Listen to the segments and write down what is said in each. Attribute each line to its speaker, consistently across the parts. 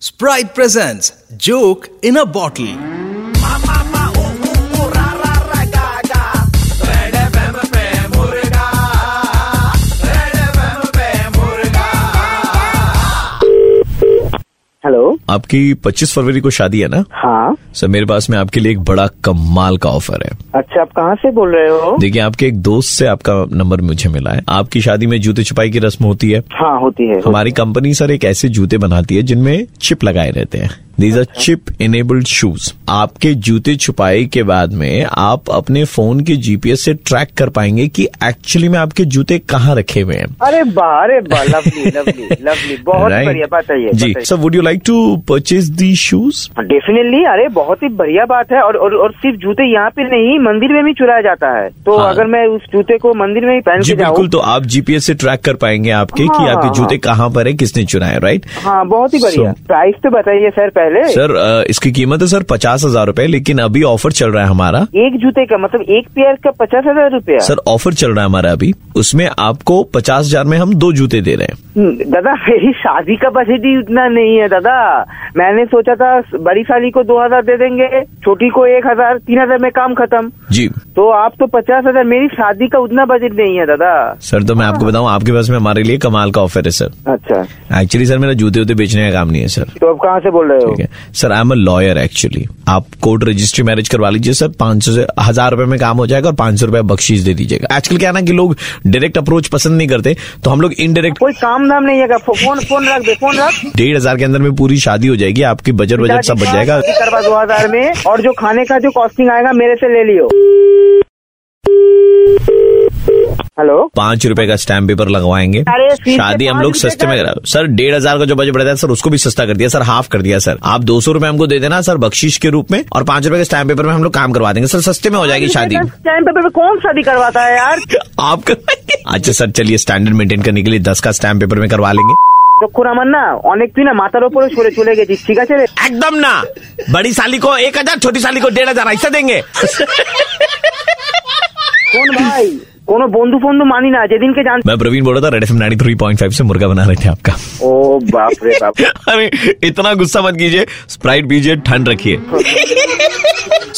Speaker 1: Sprite presents Joke in a Bottle.
Speaker 2: Hello
Speaker 3: आपकी 25 फरवरी को शादी है ना
Speaker 2: हाँ
Speaker 3: सर मेरे पास में आपके लिए एक बड़ा कमाल का ऑफर है
Speaker 2: अच्छा आप कहाँ से बोल रहे हो
Speaker 3: देखिए आपके एक दोस्त से आपका नंबर मुझे मिला है आपकी शादी में जूते छुपाई की रस्म होती है
Speaker 2: हाँ होती है
Speaker 3: हमारी कंपनी सर एक ऐसे जूते बनाती है जिनमें चिप लगाए रहते हैं these are chip enabled shoes आपके जूते छुपाई के बाद में आप अपने फोन के जीपीएस से ट्रैक कर पाएंगे कि एक्चुअली में आपके जूते कहाँ रखे हुए हैं
Speaker 2: अरे वाह अरे वाह लवली लवली लवली बहुत
Speaker 3: Right?
Speaker 2: बढ़िया बात है ये
Speaker 3: जी sir would you like to purchase the shoes
Speaker 2: definitely हाँ, अरे बहुत ही बढ़िया बात है और और, और सिर्फ जूते यहाँ पे नहीं मंदिर में भी चुराया जाता है तो
Speaker 3: हाँ।
Speaker 2: अगर मैं उस जूते को मंदिर में ही पहन
Speaker 3: जी
Speaker 2: के
Speaker 3: बिल्कुल
Speaker 2: जाऊँ
Speaker 3: तो आप जीपीएस से ट्रैक कर पाएंगे आपके कि
Speaker 2: हाँ,
Speaker 3: आपके
Speaker 2: हाँ,
Speaker 3: जूते कहाँ पर है किसने चुराए राइट
Speaker 2: हाँ बहुत ही बढ़िया
Speaker 3: तो- So-
Speaker 2: प्राइस तो बताइए सर पहले
Speaker 3: सर अ, इसकी कीमत है सर पचास हजार रूपए लेकिन अभी ऑफर चल रहा है हमारा
Speaker 2: एक जूते का मतलब एक पेयर का पचास हजार रूपया
Speaker 3: सर ऑफर चल रहा है हमारा अभी उसमें आपको पचास हजार में हम दो जूते दे रहे हैं
Speaker 2: हम्म, दादा मेरी शादी का बजट ही उतना नहीं है दादा मैंने सोचा था बड़ी शादी को दो हजार दे देंगे छोटी को एक हजार तीन हजार में काम खत्म
Speaker 3: जी
Speaker 2: तो आप तो पचास हजार मेरी शादी का उतना बजट नहीं है दादा
Speaker 3: सर तो मैं
Speaker 2: हाँ।
Speaker 3: आपको बताऊं आपके पास में हमारे लिए कमाल का ऑफर है सर
Speaker 2: अच्छा
Speaker 3: एक्चुअली सर मेरा जूते वूते बेचने का काम नहीं है सर
Speaker 2: तो आप कहाँ से बोल रहे
Speaker 3: ठीक
Speaker 2: हो
Speaker 3: है sir I am a lawyer actually आप कोर्ट रजिस्ट्री मैरिज करवा लीजिए सर पाँच सौ से हजार रुपए में काम हो जाएगा और पाँच सौ रुपए बख्शीश दे दीजिएगा आजकल क्या है ना कि लोग डायरेक्ट अप्रोच पसंद नहीं करते तो हम लोग इनडायरेक्ट
Speaker 2: कोई काम धाम नहीं है क्या? फो, फोन फोन रख दे फोन रख
Speaker 3: डेढ़ हजार के अंदर में पूरी शादी हो जाएगी आपकी बजट बजट सब बच जाएगा
Speaker 2: शादी करवा दो हजार में और जो खाने का जो कॉस्टिंग आएगा मेरे से ले लियो हेलो
Speaker 3: पाँच रुपए का स्टैम्प पेपर लगवाएंगे
Speaker 2: अरे, फीस से
Speaker 3: शादी हम
Speaker 2: पाँच
Speaker 3: लोग
Speaker 2: रुपए
Speaker 3: सस्ते में
Speaker 2: का-
Speaker 3: करा सर डेढ़ हजार का जो बजट रहता है सर उसको भी सस्ता कर दिया सर हाफ कर दिया सर आप दो सौ रुपए हमको दे देना सर बख्शीश के रूप में और पाँच रुपए के स्टैम्प पेपर में हम लोग काम करवा देंगे सर सस्ते में हो जाएगी शादी
Speaker 2: टाइम पे कौन शादी करवाता है यार
Speaker 3: आप करवाएंगे? अच्छा सर चलिए स्टैंडर्ड मेंटेन करने के लिए दस का स्टैम्प पेपर में करवा लेंगे
Speaker 2: লক্ষ্য আমার না অনেক তুই না মাথার উপরে সরে চলে গেছিস ঠিক আছে রে
Speaker 3: एकदम ना बड़ी साली को एक हजार छोटी साली को डेढ़ हजार ऐसा देंगे
Speaker 2: কোন ভাই কোন বন্ধু ফন্ধু মানি না যেদিনকে জান
Speaker 3: मैं प्रवीण बोल रहा था red F nine three point five से मुर्गा बना रहे थे आपका
Speaker 2: ও বাপ রে বাপ
Speaker 3: अरे इतना गुस्सा मत कीजिए स्प्राइट पीजिए ठंड रखिए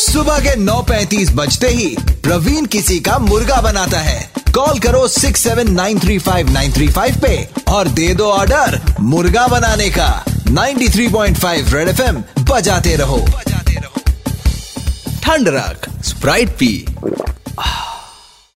Speaker 4: सुबह के 9:35 बजते ही प्रवीण किसी का मुर्गा बनाता है कॉल करो 6793593 पे और दे दो ऑर्डर मुर्गा बनाने का 93.5 रेड एफएम बजाते रहो
Speaker 1: ठंड रख स्प्राइट पी